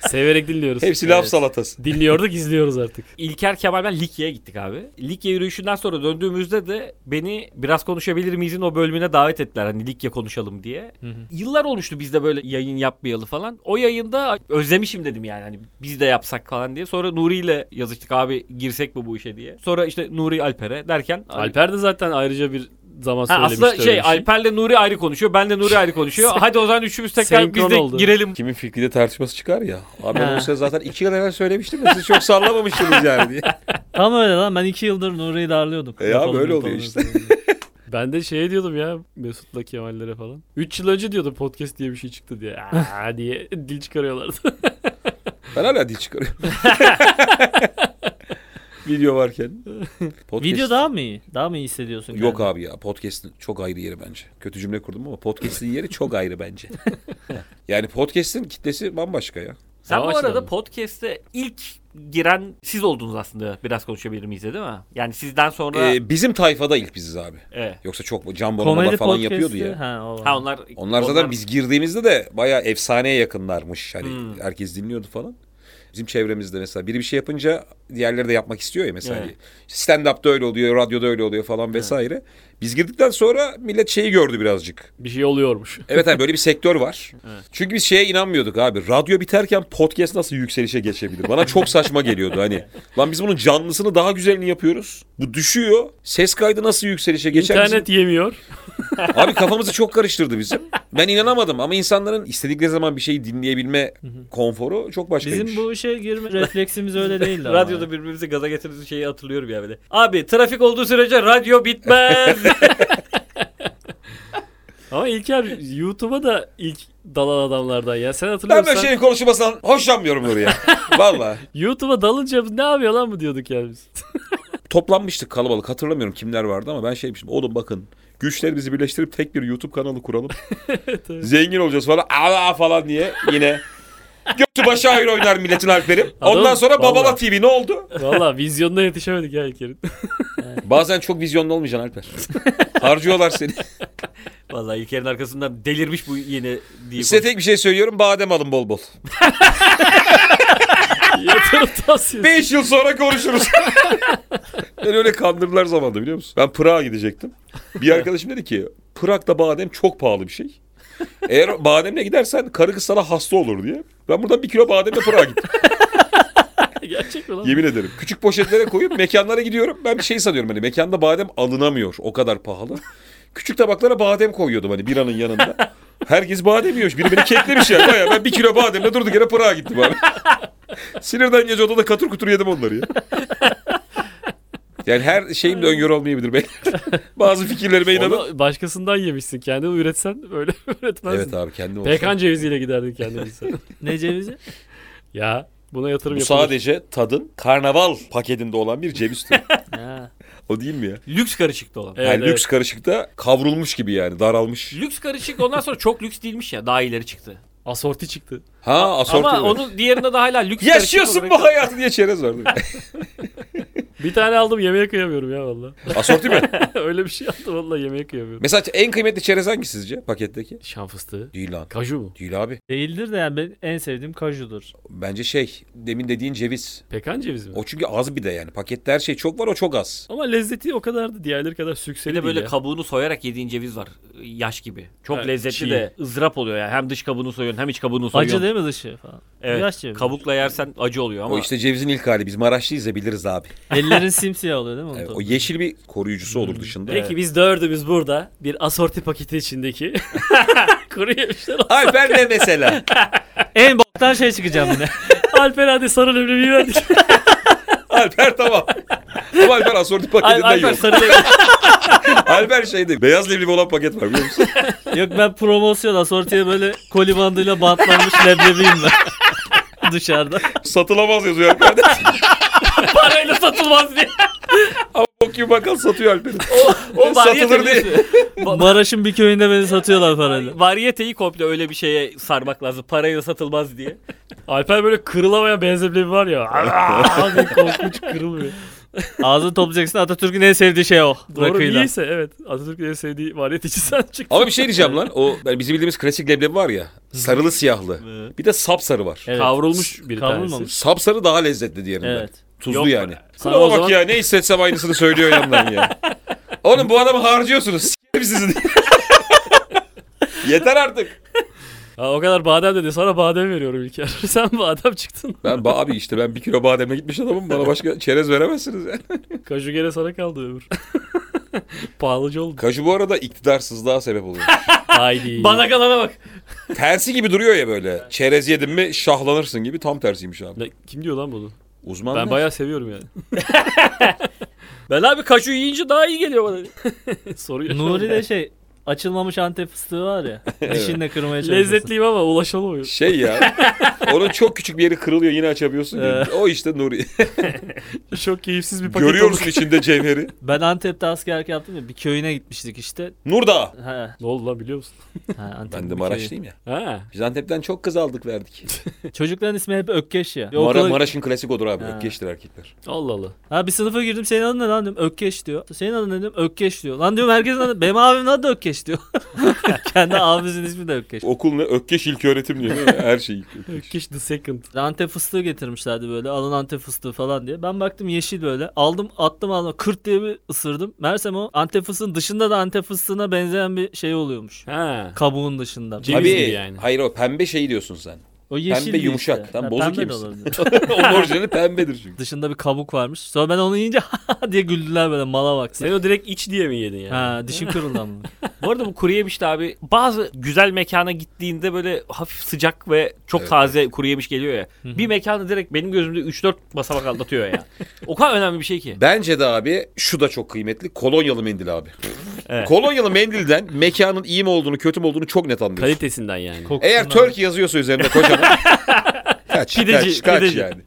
S1: Severek dinliyoruz.
S2: Hepsi laf
S4: Evet.
S2: salatası.
S1: Dinliyorduk izliyoruz artık.
S3: İlker Kemal ben Likya'ya gittik abi. Likya yürüyüşünden sonra döndüğümüzde de beni biraz konuşabilir miyizin o bölümüne davet ettiler. Hani Likya konuşalım diye.
S4: Hı hı.
S3: Yıllar olmuştu biz de böyle yayın yapmayalı falan. O yayında özlemişim dedim yani hani biz de yapsak falan diye. Sonra Nuri ile yazıştık abi girsek mi bu işe diye. Sonra işte Nuri Alper'e derken
S1: Alper de zaten ayrıca bir zaman
S3: Ha,
S1: söylemişti.
S3: aslında
S1: öyle
S3: şey,
S1: bir
S3: Alper'le Nuri ayrı konuşuyor. Ben de Nuri ayrı konuşuyor. Hadi o zaman üçümüz tekrar biz
S1: Senkron
S3: de
S1: oldu.
S3: girelim.
S2: Kimin fikriyle tartışması çıkar ya. Abi ben
S4: Ha.
S2: o size zaten iki yıl evvel söylemiştim de siz çok sallamamıştınız yani diye.
S4: Tam öyle lan. Ben iki yıldır Nuri'yi darlıyordum.
S2: E abi,
S4: Yapalım,
S2: öyle oluyor
S4: yapalım,
S2: işte.
S4: yapalım.
S1: Ben de şeye diyordum ya Mesut'la Kemal'lere falan. 3 yıl önce diyordum podcast diye bir şey çıktı diye. Aa diye dil çıkarıyorlardı.
S2: Ben hala dil çıkarıyorum. Video varken. Podcast-
S4: Video daha mı iyi? Daha mı iyi hissediyorsun?
S2: Yok
S4: kendini?
S2: abi ya podcast'in çok ayrı yeri bence. Kötü cümle kurdum ama podcast'in yeri çok ayrı bence. yani podcast'in kitlesi bambaşka ya.
S3: Sen
S1: Tamam,
S3: bu arada
S1: açılalım.
S3: podcast'e ilk giren siz oldunuz aslında. Biraz konuşabilir miyiz de değil mi? Yani sizden sonra
S2: Ee, bizim tayfada ilk biziz abi.
S3: Evet.
S2: Yoksa çok can bonomalar
S4: Komedi
S2: falan
S4: podcast'i.
S2: yapıyordu ya.
S4: Ha, o var.
S3: Ha onlar
S2: Onlar zaten biz girdiğimizde de bayağı efsaneye yakınlarmış. Hani
S3: Hmm.
S2: herkes dinliyordu falan. Bizim çevremizde mesela biri bir şey yapınca diğerleri de yapmak istiyor ya mesela.
S3: Evet.
S2: Stand-up'ta öyle oluyor, radyoda öyle oluyor falan vesaire. Biz girdikten sonra millet şeyi gördü birazcık.
S1: bir şey oluyormuş.
S2: Evet abi böyle bir sektör var. Çünkü biz şeye inanmıyorduk abi. Radyo biterken podcast nasıl yükselişe geçebilir? Bana çok saçma geliyordu hani. Lan biz bunun canlısını daha güzelini yapıyoruz. Bu düşüyor. Ses kaydı nasıl yükselişe geçer? Bizim-
S1: İnternet yemiyor.
S2: Abi kafamızı çok karıştırdı bizim. Ben inanamadım ama insanların istedikleri zaman bir şeyi dinleyebilme konforu çok başkaymış.
S4: Bizim bu işe girme refleksimiz öyle değildi ama.
S3: Radyoda birbirimizi gaza getirdiğimiz şeyi hatırlıyorum ya böyle. Abi trafik olduğu sürece radyo bitmez.
S1: Ama İlker YouTube'a da ilk dalan adamlardan ya. Sen
S2: Ben şey-
S1: hatırlıyorsan
S2: böyle şeyin konuşulmasından hoşlanmıyorum oraya. Valla.
S1: YouTube'a dalınca ne yapıyor lan bu diyorduk yani biz.
S2: Toplanmıştık kalabalık. Hatırlamıyorum kimler vardı ama ben şeymişim. Oğlum bakın güçlerimizi birleştirip tek bir YouTube kanalı kuralım. Zengin olacağız falan. Aa falan diye yine. Götü başı ayrı oynar milletin harfleri.
S1: Adam-
S2: Ondan sonra Babala
S1: Vallahi.
S2: TV ne oldu?
S1: Valla vizyonuna yetişemedik ya İlker'in.
S2: Bazen çok vizyonlu olmayacaksın Alper. Harcıyorlar seni.
S3: Vallahi İlker'in arkasından delirmiş bu yeni diye.
S2: Size tek bir şey söylüyorum. Badem alın bol bol.
S1: Yatırım tavsiyesi.
S2: 5 yıl sonra konuşuruz. ben öyle kandırdılar zamanında biliyor musun? Ben Prag'a gidecektim. Bir arkadaşım dedi ki Prag'da badem çok pahalı bir şey. Eğer bademle gidersen karı kız sana hasta olur diye. Ben buradan bir kilo bademle Prag'a gittim.
S1: Gerçek mi lan?
S2: Yemin ederim. Küçük poşetlere koyup mekanlara gidiyorum. Ben bir şey sanıyorum hani mekanda badem alınamıyor. O kadar pahalı. Küçük tabaklara badem koyuyordum hani biranın yanında. Herkes badem yiyormuş. Biri beni keklemiş yani. Bayağı ben bir kilo bademle durduk yere Prag'a gittim abi. Sinirden gece odada katır kutur yedim onları ya. Yani her şeyim de öngörü olmayabilir belki. Bazı fikirlerime inanın.
S1: Onu başkasından yemişsin. Kendini üretsen öyle üretmezsin.
S2: Evet abi kendim olsun.
S1: Pekan ceviziyle giderdin kendimize.
S4: Ne cevizi?
S1: ya buna yatırım
S2: Bu
S1: yapılır.
S2: sadece tadın karnaval paketinde olan bir ceviz türü.
S4: Ha.
S2: O değil mi ya?
S3: Lüks karışıkta olan.
S1: Evet,
S2: yani
S1: evet.
S2: lüks karışıkta kavrulmuş gibi yani daralmış.
S3: Lüks karışık ondan sonra çok lüks değilmiş ya. Daha ileri çıktı.
S1: Asorti çıktı.
S2: Ha asorti.
S3: Ama
S2: böyle.
S3: onun diğerinde de hala lüks
S2: Yaşıyorsun
S3: karışık
S2: bu
S3: olarak-
S2: hayatı diye çerez vardı.
S1: Bir tane aldım yemeğe kıyamıyorum ya valla.
S2: Asorti mi?
S1: öyle bir şey aldım valla yemeğe kıyamıyorum.
S2: Mesela en kıymetli çerez hangi sizce paketteki?
S1: Şan fıstığı.
S2: Değil lan.
S1: Kaju mu?
S2: Değil abi.
S4: Değildir de yani ben en sevdiğim kajudur.
S2: Bence şey demin dediğin ceviz.
S1: Pekan cevizi mi?
S2: O çünkü az bir de yani. Pakette her şey çok var o çok az.
S1: Ama lezzeti o kadardı. Diğerleri kadar
S3: Bir
S1: sükseli
S3: de
S1: değil
S3: böyle
S1: ya.
S3: kabuğunu soyarak yediğin ceviz var. Yaş gibi. Çok
S1: Evet,
S3: lezzetli
S1: çiğ.
S3: de ızdırap oluyor yani. Hem dış kabuğunu soyuyorsun hem iç kabuğunu soyuyorsun.
S4: Acı değil mi dışı falan?
S3: Evet.
S4: Yaş cevizi.
S3: Kabukla yersen acı oluyor ama.
S2: O işte cevizin ilk hali. Biz Maraşlıyız ya biliriz abi.
S4: Ellerin simsiyah oluyor değil mi? onun
S2: Evet,
S4: tadı?
S2: E, o yeşil bir koruyucusu
S3: Hmm.
S2: olur dışında.
S1: Peki biz dördümüz burada bir asorti paketi içindeki kuru yemişler.
S2: Alper ne mesela?
S4: En boktan şey çıkacağım yine.
S1: Alper hadi sarı leblebiyi verdik.
S2: Alper tamam. Ama Alper asorti paketinden
S1: Alper
S2: yok.
S1: sarı leblebi.
S2: Alper şeyde beyaz leblebi olan paket var biliyor musun?
S4: Yok ben promosyon asortiye böyle koli bandıyla bantlanmış leblebiyim ben. Dışarıda.
S2: Satılamaz yazıyor Alper'de.
S1: Parayla satılmaz diye.
S2: Bok gibi bakkal satıyor Alper'i.
S3: o
S2: satılır diye.
S4: Maraş'ın bir köyünde beni satıyorlar parayla.
S3: Variyeteyi komple öyle bir şeye sarmak lazım. Parayla satılmaz diye.
S1: Alper böyle kırılamayan beyaz leblebi var ya. Aa, diye korkunç kırılmıyor.
S4: Ağzını toplayacaksın Atatürk'ün en sevdiği şey o.
S1: Doğru
S4: Rakıyla.
S1: niyeyse evet. Atatürk'ün en sevdiği variyet içi sen çıktın.
S2: Ama bir şey diyeceğim lan. O yani bizim bildiğimiz klasik leblebi var ya. Sarılı siyahlı. Bir de sapsarı var.
S4: Evet.
S1: Kavrulmuş bir
S4: Kavrulmamış.
S2: Sapsarı daha lezzetli diğerinden.
S4: Evet.
S2: Tuzlu
S1: Yok.
S2: yani.
S1: Sana
S2: Kulağa
S1: o
S2: bak
S1: zaman-
S2: ya ne hissetsem aynısını söylüyor yandan ya. Oğlum bu adamı harcıyorsunuz. S**erim sizi. Yeter artık.
S1: tanesi. Ha, o kadar badem dedi. Sana badem veriyorum İlker. Sen badem çıktın.
S2: Ben ba- abi işte ben bir kilo bademe gitmiş adamım. Bana başka çerez veremezsiniz yani.
S1: Kaju gene sana kaldı ömür. Pahalıcı oldu.
S2: Kaju bu arada iktidarsızlığa sebep oluyor.
S1: Haydi.
S3: Bana kalana bak.
S2: Tersi gibi duruyor ya böyle. Çerez yedin mi şahlanırsın gibi tam tersiymiş abi.
S1: Ne- Kim diyor lan bunu?
S2: Uzman
S1: Ben bayağı seviyorum yani.
S3: Ben abi kaşu yiyince daha iyi geliyor bana.
S1: Soruyor.
S4: Nuri de şey açılmamış antep fıstığı var ya. Dişinle kırmaya çalışıyorsun.
S1: Lezzetliyim ama ulaşamıyor.
S2: şey ya. Onun çok küçük bir yeri kırılıyor yine açabiliyorsun. ya. o işte Nuri.
S1: Çok keyifsiz bir paket
S2: Görüyorsun
S1: oldu.
S2: içinde cevheri.
S4: Ben Antep'te askerlik yaptım ya bir köyüne gitmiştik işte.
S2: Nurda.
S4: Ha,
S1: Ne oldu lan biliyor musun?
S4: ha Antep'in
S2: Ben de
S4: bir
S2: Maraşlıyım ya.
S1: Ha.
S2: Biz Antep'ten çok kız aldık verdik.
S4: köyü. Çocukların ismi hep Ökkeş ya. Bir
S2: Mara-
S4: okula-
S2: Maraş'ın klasik odur abi.
S4: Ha.
S2: Geçtir erkekler.
S1: Allah Allah.
S4: Ha bir sınıfa girdim senin adın ne lan diyorum. Ökkeş diyor. Senin adın ne diyorum. Ökkeş diyor. Lan diyorum herkesin adı. Benim abimin adı da Ökkeş diyor. Kendi abimizin ismi de Ökkeş.
S2: Okul ne? Ökkeş ilköğretim diyor. değil mi? Her şey ilköğretim.
S1: Kiş the second.
S4: Antep fıstığı getirmişlerdi böyle. Alın Antep fıstığı falan diye. Ben baktım yeşil böyle. Aldım attım aldım. Kırt diye bir ısırdım. Mersem o Antep fıstığının dışında da Antep fıstığına benzeyen bir şey oluyormuş.
S1: Ha.
S4: Kabuğun dışında.
S1: Ceviz
S2: Abi,
S1: gibi yani.
S2: Hayır o pembe şey diyorsun sen.
S4: O yeşil
S2: pembe
S4: değil
S2: yumuşak.
S4: Işte.
S2: Lan
S4: Ha,
S2: bozuk
S4: pembe de
S2: yemişsin.
S4: olabilir.
S2: Onun orijinali pembedir çünkü.
S4: Dışında bir kabuk varmış. Sonra ben onu yiyince diye güldüler böyle mala baktı.
S1: Sen o direkt iç diye mi yedin yani?
S4: Ha dişim kırıldı ama.
S3: Bu arada bu kuru yemiş de abi bazı güzel mekana gittiğinde böyle hafif sıcak ve çok
S2: Evet,
S3: taze kuru yemiş geliyor ya.
S4: hı.
S3: bir mekanı direkt benim gözümde 3-4 basamak aldatıyor ya. o kadar önemli bir şey ki.
S2: Bence de abi şu da çok kıymetli. Kolonyalı mendil abi.
S3: Evet.
S2: Kolonyalı mendilden mekanın iyi mi olduğunu kötü mü olduğunu çok net anlıyorsun.
S1: Kalitesinden yani.
S2: Eğer Turkey yazıyorsa üzerinde kocaman. kaç,
S3: Pideci,
S2: kaç, kaç
S3: pideci.
S2: yani.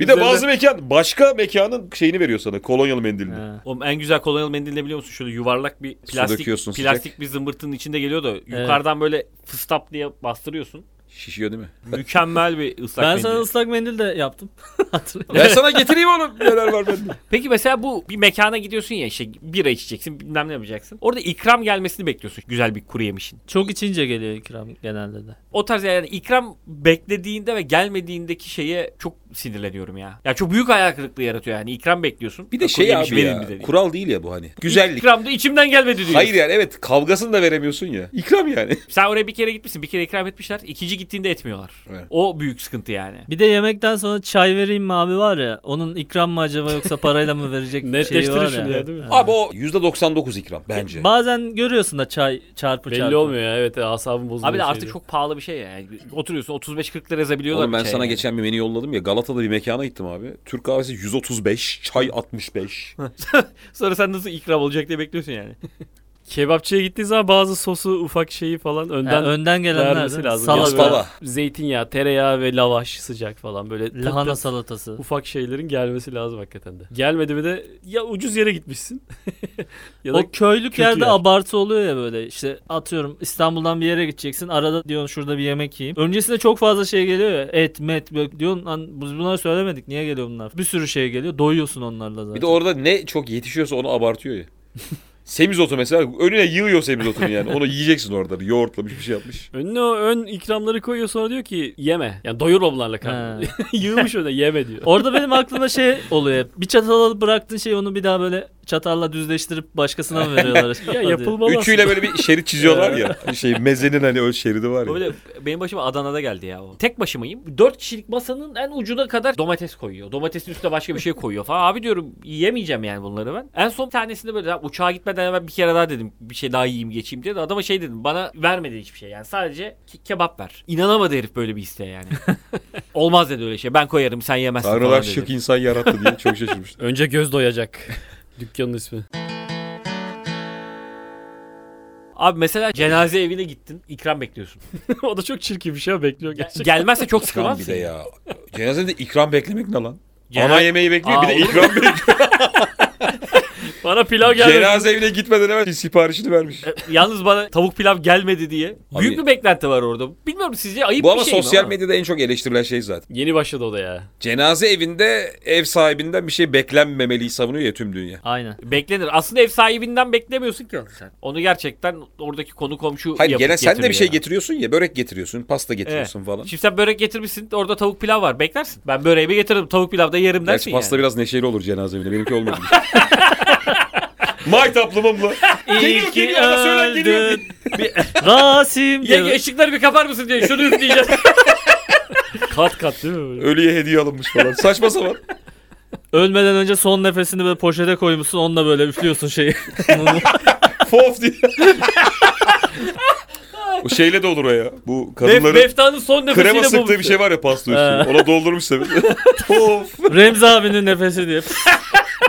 S2: Bir de bazı mekan başka mekanın şeyini veriyor sana kolonyalı mendilini.
S4: Ha.
S3: Oğlum en güzel kolonyalı mendil ne biliyor musun? Şöyle yuvarlak bir plastik
S2: döküyorsun,
S3: plastik
S2: sıcak.
S3: bir zımbırtının içinde geliyor da yukarıdan böyle fıstap diye bastırıyorsun.
S2: Şişiyor değil mi?
S3: Mükemmel bir ıslak
S4: Ben
S3: mendil.
S4: sana ıslak mendil de yaptım. Hatırlıyorum.
S2: Ben sana getireyim onu. Neler var bende.
S3: Peki mesela bu bir mekana gidiyorsun ya işte bira içeceksin bilmem ne yapacaksın. Orada ikram gelmesini bekliyorsun güzel bir kuru yemişin.
S4: Çok içince geliyor ikram genelde de.
S3: O tarz yani ikram beklediğinde ve gelmediğindeki şeye çok sinirleniyorum ya. Ya çok büyük hayal kırıklığı yaratıyor yani. İkram bekliyorsun.
S2: Bir
S3: Ya
S2: de şey
S3: kuru yemiş
S2: abi
S3: verin
S2: ya,
S3: bir de diyor.
S2: kural değil ya bu hani. Güzellik.
S3: İkram da içimden gelmedi diyor.
S2: Hayır yani evet kavgasını da veremiyorsun ya. İkram yani.
S3: Sen oraya bir kere gitmişsin. Bir kere ikram etmişler. İkinci gittiğinde etmiyorlar.
S2: Evet.
S3: O büyük sıkıntı yani.
S4: Bir de yemekten sonra çay vereyim mi abi var ya. Onun ikram mı acaba yoksa parayla mı verecek şeyi var ya.
S1: Netleştirir şunu ya, değil mi?
S2: Abi o %99 ikram bence.
S4: Bazen görüyorsun da çay çarpı
S1: Belli
S4: çarpı.
S1: olmuyor ya evet asabım bozuluyor.
S3: Abi de artık
S1: şeyde.
S3: çok pahalı bir şey ya. yani. Oturuyorsun 35-40 lira yazabiliyorlar.
S2: Oğlum ben
S3: bir şeye
S2: sana
S3: yani.
S2: geçen bir menü yolladım ya Galata'da bir mekana gittim abi. Türk kahvesi 135, çay 65.
S3: Sonra sen nasıl ikram olacak diye bekliyorsun yani.
S1: Kebapçıya gittiği zaman bazı sosu ufak şeyi falan
S4: Ha,
S1: önden
S4: önden gelenler
S1: vermesi
S4: de
S1: lazım.
S4: salata,
S2: Yaspala.
S1: böyle Zeytinyağı, tereyağı ve lavaş sıcak falan böyle. pıt
S4: lahana
S1: pıt
S4: salatası.
S1: Ufak şeylerin gelmesi lazım hakikaten de. Gelmedi mi de ya ucuz yere gitmişsin ya da
S4: o köylük
S1: kötü
S4: yerde
S1: yer.
S4: abartı oluyor ya böyle işte atıyorum İstanbul'dan bir yere gideceksin arada diyorsun şurada bir yemek yiyeyim. Öncesinde çok fazla şey geliyor ya et met böyle diyorsun lan biz bunları söylemedik niye geliyor bunlar. Bir sürü şey geliyor doyuyorsun onlarla zaten.
S2: Bir de orada ne çok yetişiyorsa onu abartıyor ya. Semizotu mesela önüne yığıyor semizotunu yani. Onu yiyeceksin orada. Bir yoğurtlamış bir şey yapmış.
S1: önüne o ön ikramları koyuyor sonra diyor ki yeme. Yani doyurma bunlarla karnını. Yığmış öne yeme diyor.
S4: Orada benim aklımda şey oluyor hep. Bir çatal alıp bıraktığın şeyi onu bir daha böyle çatalla düzleştirip başkasına mı veriyorlar?
S1: ya yapılmalı
S2: Üçüyle böyle bir şerit çiziyorlar ya. Şey mezenin hani o şeridi var ya.
S3: Böyle benim başıma Adana'da geldi ya o. Tek başımayım. 4 kişilik masanın en ucuna kadar domates koyuyor. Domatesin üstüne başka bir şey koyuyor falan. Abi diyorum yiyemeyeceğim yani bunları ben. En son bir tanesinde böyle "Ya uçağa gitmeden hemen bir kere daha dedim. Bir şey daha yiyeyim geçeyim diye de adama şey dedim. Bana vermedi hiçbir şey yani. Sadece ke- kebap ver. İnanamadı herif böyle bir isteğe yani. Olmaz dedi öyle şey. Ben koyarım sen yemezsin
S2: Tanrılar
S3: falan dedi.
S2: şık insan yarattı diye çok şaşırmıştım.
S1: Önce göz doyacak. Dükkanın ismi.
S3: Abi mesela cenaze evine gittin. ikram bekliyorsun.
S1: o da çok çirkin bir şey bekliyor
S3: Ya-
S1: gerçekten.
S3: Gelmezse çok
S2: İkram
S3: sıkılmaz
S2: bir
S3: mısın?
S2: de ya. Cenazede ikram beklemek ne lan?
S3: Cena-
S2: Ana yemeği bekliyor bir
S3: Aa,
S2: de
S3: olur mu?
S2: ikram bekliyor.
S1: Bana pilav gelmedi.
S2: Cenaze evine gitmeden hemen siparişini vermiş.
S3: E, Yalnız bana tavuk pilav gelmedi diye.
S2: Abi-
S3: Büyük bir beklenti var orada. Bilmiyorum sizce ayıp
S2: Bu
S3: bir
S2: ama
S3: şey mi?
S2: sosyal
S3: ama?
S2: medyada en çok eleştirilen şey zaten.
S1: Yeni başladı o da ya.
S2: Cenaze evinde ev sahibinden bir şey beklenmemeliyi savunuyor ya tüm dünya.
S4: Aynen.
S3: Beklenir. Aslında ev sahibinden beklemiyorsun ki onu sen. Onu gerçekten oradaki konu komşu
S2: Hayır
S3: yapıp
S2: gene sen de bir şey
S3: getiriyor.
S2: getiriyorsun ya börek getiriyorsun pasta getiriyorsun falan.
S3: Şimdi sen börek getirmişsin orada tavuk pilav var beklersin. Ben böreğimi getiririm tavuk pilav da yerim dersin
S2: Gerçi pasta
S3: yani.
S2: biraz neşeli olur cenaze evinde benimki olmadı. Maytaplımımla.
S4: İyi ki
S2: geliyor, ara söyle, geliyor.
S4: öldün. Rasim
S3: Ya,
S4: diye.
S3: ışıkları bir kapar mısın diye şunu izleyeceğim.
S1: Kat kat değil mi böyle?
S2: Ölüye hediye alınmış falan. Saçma sapan.
S4: Ölmeden önce son nefesini böyle poşete koymuşsun onunla böyle üflüyorsun şeyi.
S2: Fof diye. o şeyle de olur o ya. Bu
S3: Mef,
S2: kadınların
S3: meftanın son nefesiyle
S2: krema sıktığı bir
S3: bulmuşsun.
S2: şey var ya pasta
S4: Ha.
S2: üstüne. Ona doldurmuş tabii. Of.
S4: Remzi abinin nefesi diye.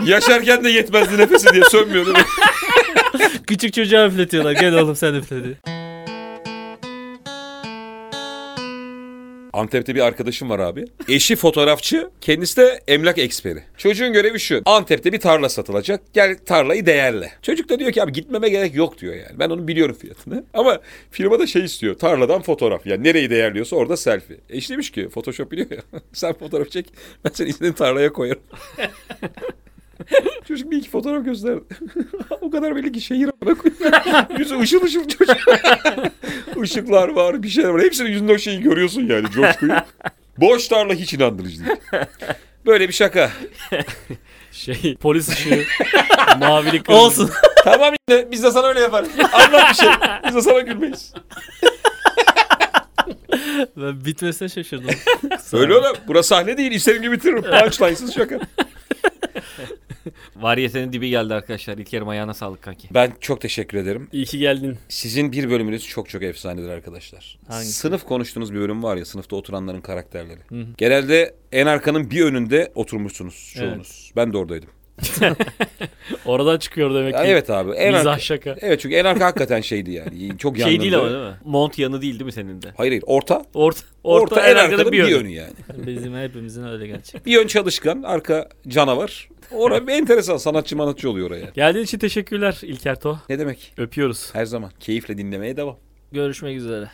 S2: Yaşarken de yetmezdi nefesi diye sönmüyor değil mi?
S4: Küçük çocuğa üfletiyorlar. Gel oğlum sen üfle diye.
S2: Antep'te bir arkadaşım var abi. Eşi fotoğrafçı, kendisi de emlak eksperi. Çocuğun görevi şu. Antep'te bir tarla satılacak. Gel tarlayı değerle. Çocuk da diyor ki abi gitmeme gerek yok diyor yani. Ben onu biliyorum fiyatını. Ama firma da şey istiyor. Tarladan fotoğraf. Yani nereyi değerliyorsa orada selfie. Eş demiş ki Photoshop biliyor ya. Sen fotoğraf çek. Ben seni istediğin tarlaya koyarım. Çocuk bir iki fotoğraf gösterdi. o kadar belli ki şehir amına koyuyor. Yüzü ışıl ışıl çocuk. Işıklar var bir şeyler var. Hepsinin yüzünde o şeyi görüyorsun yani coşkuyu. Boş tarla hiç inandırıcı değil. Böyle bir şaka.
S1: Şey polis ışığı. Mavili kırmızı.
S4: Olsun.
S2: tamam yine biz de sana öyle yaparız. Anlat bir şey. Biz de sana gülmeyiz.
S4: Ben bitmesine şaşırdım.
S2: Öyle öyle. Burası sahne değil. İstediğim gibi bitiririm. Punchline'sız şaka.
S3: Variyetenin dibi geldi arkadaşlar. İlker'im ayağına sağlık kanki.
S2: Ben çok teşekkür ederim.
S1: İyi ki geldin.
S2: Sizin bir bölümünüz çok çok efsanedir arkadaşlar.
S4: Hangisi?
S2: Sınıf konuştuğunuz bir bölüm var ya sınıfta oturanların karakterleri. Genelde en arkanın bir önünde oturmuşsunuz çoğunuz. Ben de oradaydım.
S1: Oradan çıkıyor demek ki.
S2: Ya evet abi. En
S1: Mizah
S2: arka-
S1: şaka.
S2: Evet çünkü en arka hakikaten şeydi yani. Çok
S3: Şey değil ama
S2: yangındı.
S3: değil mi? Mont yanı değil değil mi senin de?
S2: Hayır hayır orta.
S3: Orta,
S2: Orta, en
S3: arkada
S2: arkada bir
S3: yönü.
S2: yönü. yani.
S4: Bizim hepimizin öyle gerçek.
S2: Bir yön çalışkan, arka canavar. Orada bir enteresan sanatçı manatçı oluyor oraya.
S1: Geldiğin için teşekkürler İlker Toh.
S2: Ne demek?
S1: Öpüyoruz.
S2: Her zaman keyifle dinlemeye devam.
S4: Görüşmek üzere.